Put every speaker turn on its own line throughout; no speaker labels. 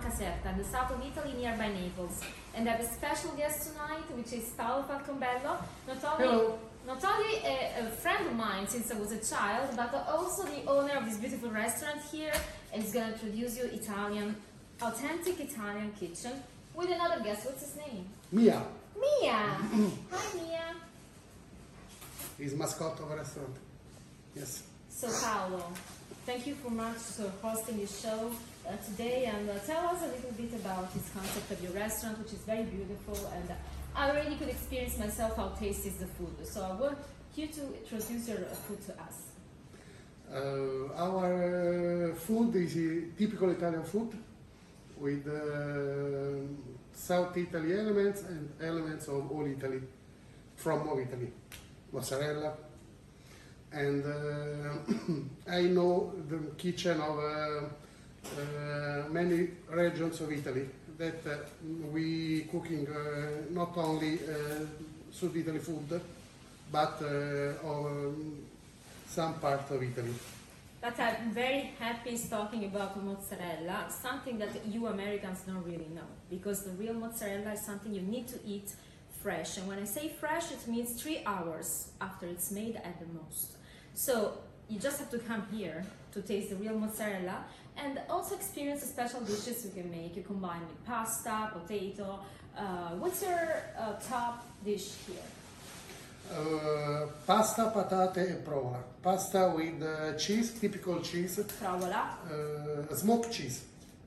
Caserta in the south of Italy nearby Naples. And I have a special guest tonight, which is Paolo Falcombello, not only, not only a, a friend of mine since I was a child, but also the owner of this beautiful restaurant here, and he's gonna introduce you Italian, authentic Italian kitchen with another guest. What's his name?
Mia,
Mia. Hi, Mia.
is mascot of restaurant. Yes.
So Paolo, thank you for much for hosting your show uh, today and uh, tell us a little bit about this concept of your restaurant, which is very beautiful and I already could experience myself how tasty is the food. So I want you to introduce your uh, food to us.
Uh, our uh, food is uh, typical Italian food with uh, South Italy elements and elements of all Italy, from all Italy, mozzarella. And uh, I know the kitchen of uh, uh, many regions of Italy that uh, we cooking uh, not only uh, South Italy food, but uh, of some part of Italy.
But I'm very happy is talking about mozzarella, something that you Americans don't really know, because the real mozzarella is something you need to eat fresh. And when I say fresh, it means three hours after it's made at the most. So you just have to come here to taste the real mozzarella and also experience the special dishes you can make. You combine with pasta, potato. Uh, what's your uh, top dish here?
Uh, pasta, patate and provola. Pasta with uh, cheese, typical cheese,
Provola,
uh, smoked cheese,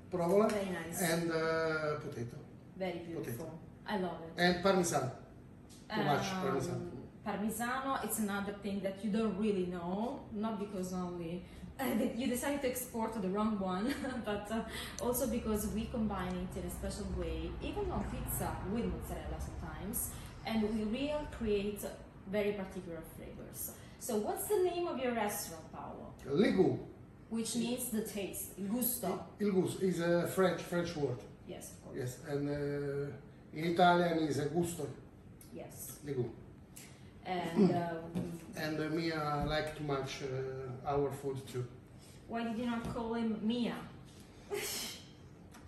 provola,
Very nice.
and uh, potato.
very beautiful. I love it.
And parmesan. Too much parmesan.
Um, Parmigiano, it's another thing that you don't really know, not because only uh, that you decided to export the wrong one, but uh, also because we combine it in a special way, even on pizza with mozzarella sometimes, and we really create very particular flavors. So, what's the name of your restaurant, Paolo?
Legu,
Which means the taste, il gusto.
il gusto, is a French French word.
Yes, of course.
Yes, and uh, in Italian is a gusto,
Yes.
legu.
And uh,
And uh, Mia like too much uh, our food too.
why did you not call him Mia?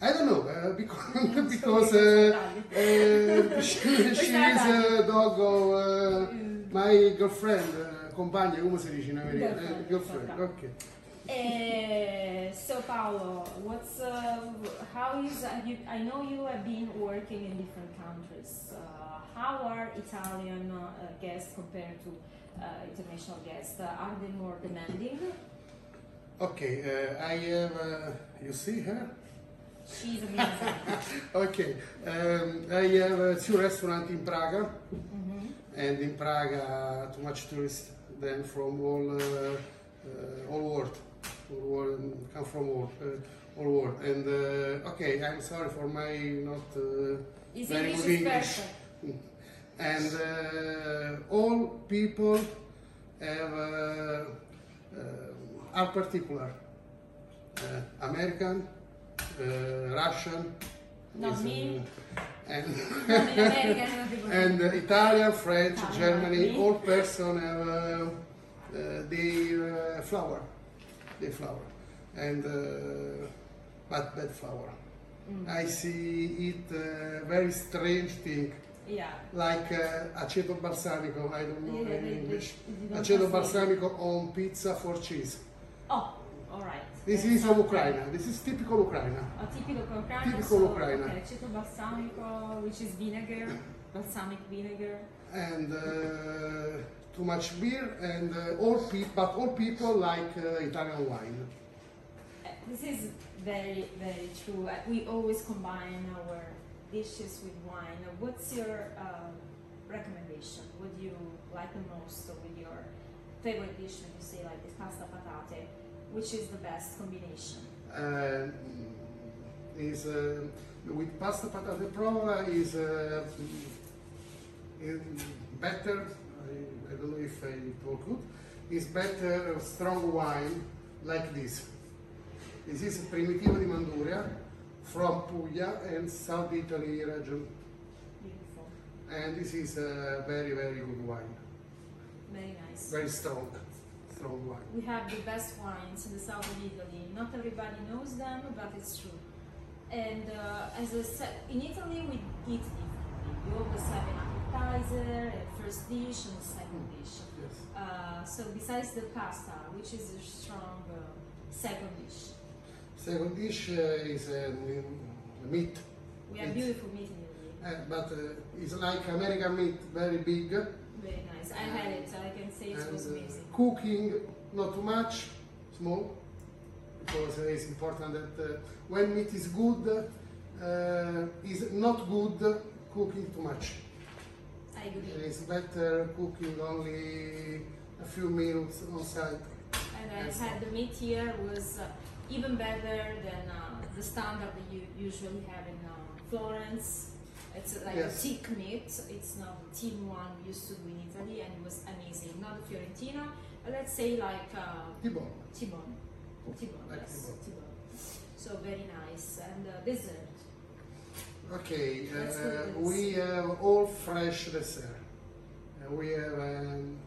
I don't know uh, because because uh, uh, she, she is a dog of uh, my girlfriend, uh, compagna, come si dice in America? Eh,
Girlfriend.
Girlfriend, ok.
Eh, so Paolo, what's uh, how is have you, I know you have been working in different countries. Uh, how are Italian uh, guests compared to uh, international guests? Uh, are they more demanding?
Ok, uh, I have, uh, you see her?
She's amazing.
Ok, um, I have uh, two restaurants in Praga Mm-hmm. and in Praga too much tourists then from all, uh, uh, all world, all world, come from all, uh, all world. And uh, okay, I'm sorry for my not uh,
His
very
English
good
is
English.
perfect.
and uh, all people have, uh, uh, are particular uh, American, uh, Russian,
Not
is, uh,
me.
and,
No, in America, no, people-
and uh, Italian, French,
Italian,
Germany,
me.
all person have uh, uh, their uh, flower, their flower, and uh, but bad flower.
Mm.
I see it uh, very strange thing
yeah.
like uh, aceto balsamico, I don't know
Yeah,
in
they- they-
English.
they don't
Aceto
translate.
balsamico on pizza for cheese.
Oh, all right.
This is of Ukraine. This is typical Ukraine.
A tipico ucraino.
Tipico
so,
ucraino.
Okay, aceto balsamico, which is vinegar, balsamic vinegar.
And uh, too much beer and uh, all pe- but all people like uh, Italian wine.
Eh, This is very, very true. Uh, We always combine our dishes with wine. Uh, What's your um, recommendation? What do you like the most with your favorite dish when you say like the pasta patate? Which is the best combination?
Uh, is uh, with pasta patate provola is uh, is better. I, I don't know if I talk good. Is better strong wine like this. This is Primitivo di Manduria from Puglia and South Italy region,
Beautiful.
and this is a very very good wine,
Very nice.
very strong, strong wine.
We have the best wines in the south of Italy. Not everybody knows them, but it's true. Uh, And uh, as I said, in Italy we eat differently. You always have an appetizer, a first dish, and a second dish.
Yes.
Uh, so besides the pasta, which is a strong uh, second dish,
Second dish uh, is uh, m- meat,
we have
It's-
beautiful meat in Italy.
uh, but uh, it's like American meat, very big.
Very nice. I had it. I can say it
and,
was
uh,
amazing.
Cooking, not too much, small, because eh, it's important that uh, when meat is good, uh, is not good cooking too much.
I agree.
It's better cooking only a few meals on site.
And I
Yes.
had the meat here was uh, even better than uh, the standard that you usually have in uh, Florence. It's like
Yes.
a thick meat. It's not the thin one we used to do in Italy, and it was amazing. Not the Fiorentina, but let's say like uh,
Tibor,
Tibon. Tibon,
Like
yes,
Tibon.
Tibon. So very nice. And uh, dessert.
okay,
Let's do
uh,
this.
we have all fresh dessert. Uh, we have um,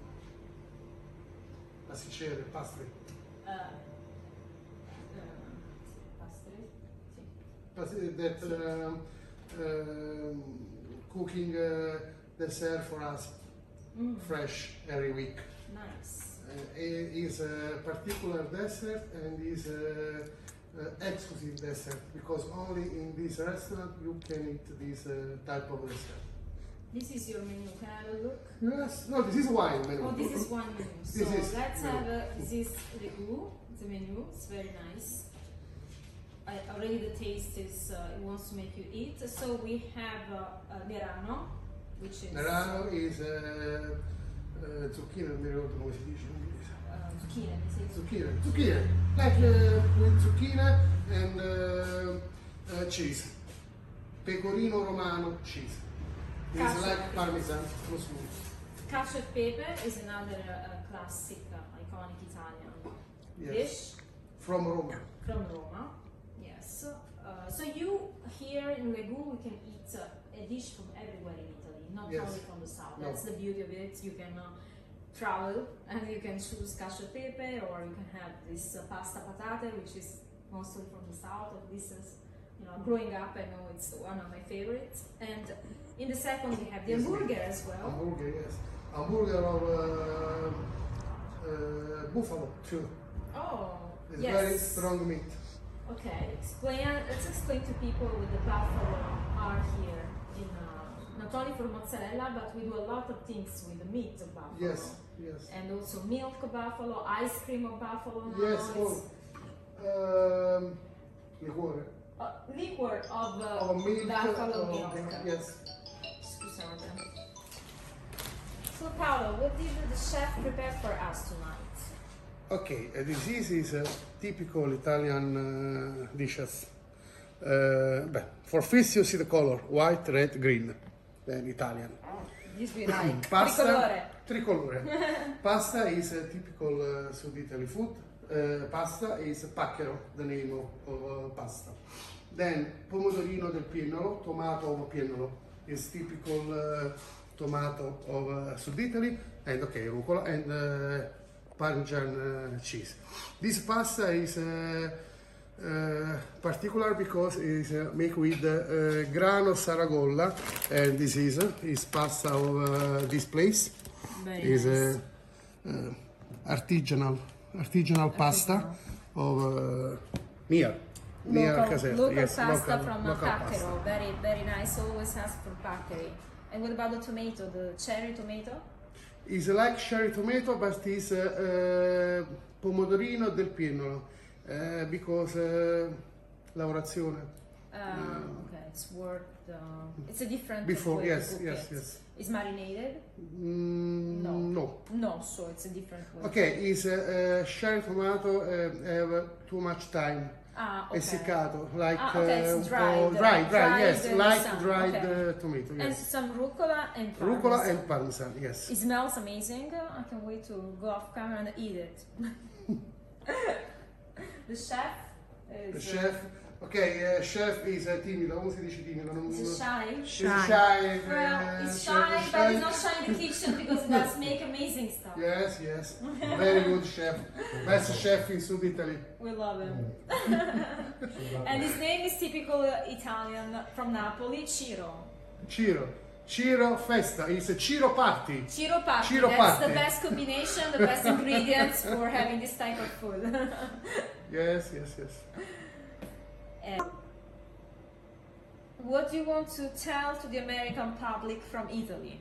pasticcere, pastry,
Uh, uh, pastry? Sì.
Pas- that um, um, cooking uh, dessert for us
Mm,
fresh every week.
nice.
Uh, it is a particular dessert and is a, uh exclusive dessert because only in this restaurant you can eat this uh, type of dessert.
This is your menu. Can I have a look?
Yes, no, this is wine menu.
Oh, this is one menu. So
is
let's
menu.
have a, this ragu, the menu. It's very nice. I, already the taste is uh, it wants to make you eat. So we have uh, uh, Merano, which is
Merano is uh, uh, zucchine, non mi ricordo come si dice in inglese.
uh, zucchine. Let's say zucchine.
Zucchine, zucchine, like uh, with zucchine and uh, uh, cheese. Pecorino romano cheese. It's
Cazzo.
like parmesan, so smooth.
Cacio e pepe is another uh, classic, uh, iconic Italian
Yes,
dish.
from Roma.
from Roma. Yes. Uh, so you here in Legu, we can eat uh, a dish from everywhere in Italy, not
Yes.
only from the south.
No.
That's the beauty of it. You can uh, travel and you can choose cacio e pepe, or you can have this uh, pasta patate, which is mostly from the south. Or this is, you know, growing up, I know it's one of my favorites. And in the second, we have the
Yes.
hamburger as well.
Hamburger, yes. Hamburger of uh, uh, buffalo, too.
Oh,
It's
yes.
very strong meat.
Okay, explain. Let's explain to people with the buffalo are here in uh, not only for mozzarella, but we do a lot of things with the meat of buffalo.
Yes, yes.
And also milk of buffalo, ice cream of buffalo. Now
Yes,
it's,
oh. Um, liquore.
uh, liquor of uh,
Oh, milk.
buffalo
oh,
milk.
okay, Yes.
Scusate. So Paolo, what did the chef prepare for us tonight?
Okay, uh, this is, is a typical Italian uh, dishes. Uh, beh, for fish you see the color, white, red, green, then Italian.
This we like.
Pasta, tricolore. pasta is a typical uh, Sud Italy food. Uh, pasta is pacchero, the name of, of uh, pasta. Then pomodorino del piennolo, tomato of piennolo, is typical uh, tomato of uh, Sud Italy, and okay, rucola and uh, Parmesan uh, cheese. This pasta is uh, uh, particular because it's uh, made with uh, uh, grano saragolla, and this is uh, is pasta of uh, this place.
Very
Is
nice.
a uh, artisanal artisanal pasta of uh, near near
local,
Caserta.
local
yes,
pasta
local,
from
local
Pacchero.
pasta.
Very, very nice. Always ask for Paccheri. And what about the tomato, the cherry tomato?
It's like cherry tomato, but it's uh, uh, pomodorino del pinnolo uh, because uh, lavorazione.
Um, okay, it's worked. Uh, it's a different
Mm. Before,
way
yes,
to cook
yes,
it.
yes.
It's marinated?
Mm,
No.
no.
No, so it's a different way.
Okay, is uh, uh, cherry tomato uh, have too much time.
Ah, okay.
Essiccato, like
Ah, okay,
uh,
it's dried,
oh, dried, dried,
dried
yes,
in the
like
sun,
dried
okay.
uh, tomato,
And
yes.
some rucola and
Rucola
parmesan.
and parmesan, yes.
It smells amazing. I can wait to go off camera and eat it. the chef is
The
uh,
chef Ok, eh, chef is eh, timido, come si dice timido? Non...
It's shy.
Is
Shy.
shy,
Well,
eh,
it's
chef
shy,
is
but
shy.
it's not shy in the kitchen because it does make amazing stuff.
Yes, yes. Very good chef. Best chef in Sud Italy.
We love him. And
And
his name is typical uh, Italian from Napoli, Ciro.
Ciro. Ciro Festa. It's a Ciro Party.
Ciro patti.
Ciro
That's
patti.
the best combination, the best ingredients for having this type of food.
Yes, yes, yes.
And what do you want to tell to the American public from Italy?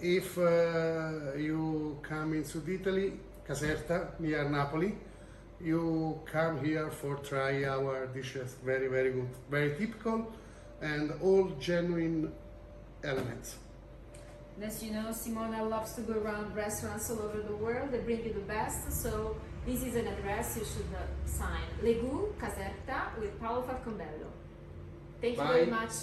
If uh, you come in Sud Italy, Caserta, near Napoli, you come here for try our dishes. Very, very good. Very typical and all genuine elements.
As you know, Simona loves to go around restaurants all over the world. They bring you the best. So this is an address you should uh, sign. Legu Caserta with Paolo Falcombello. Thank you very
Bye.
much.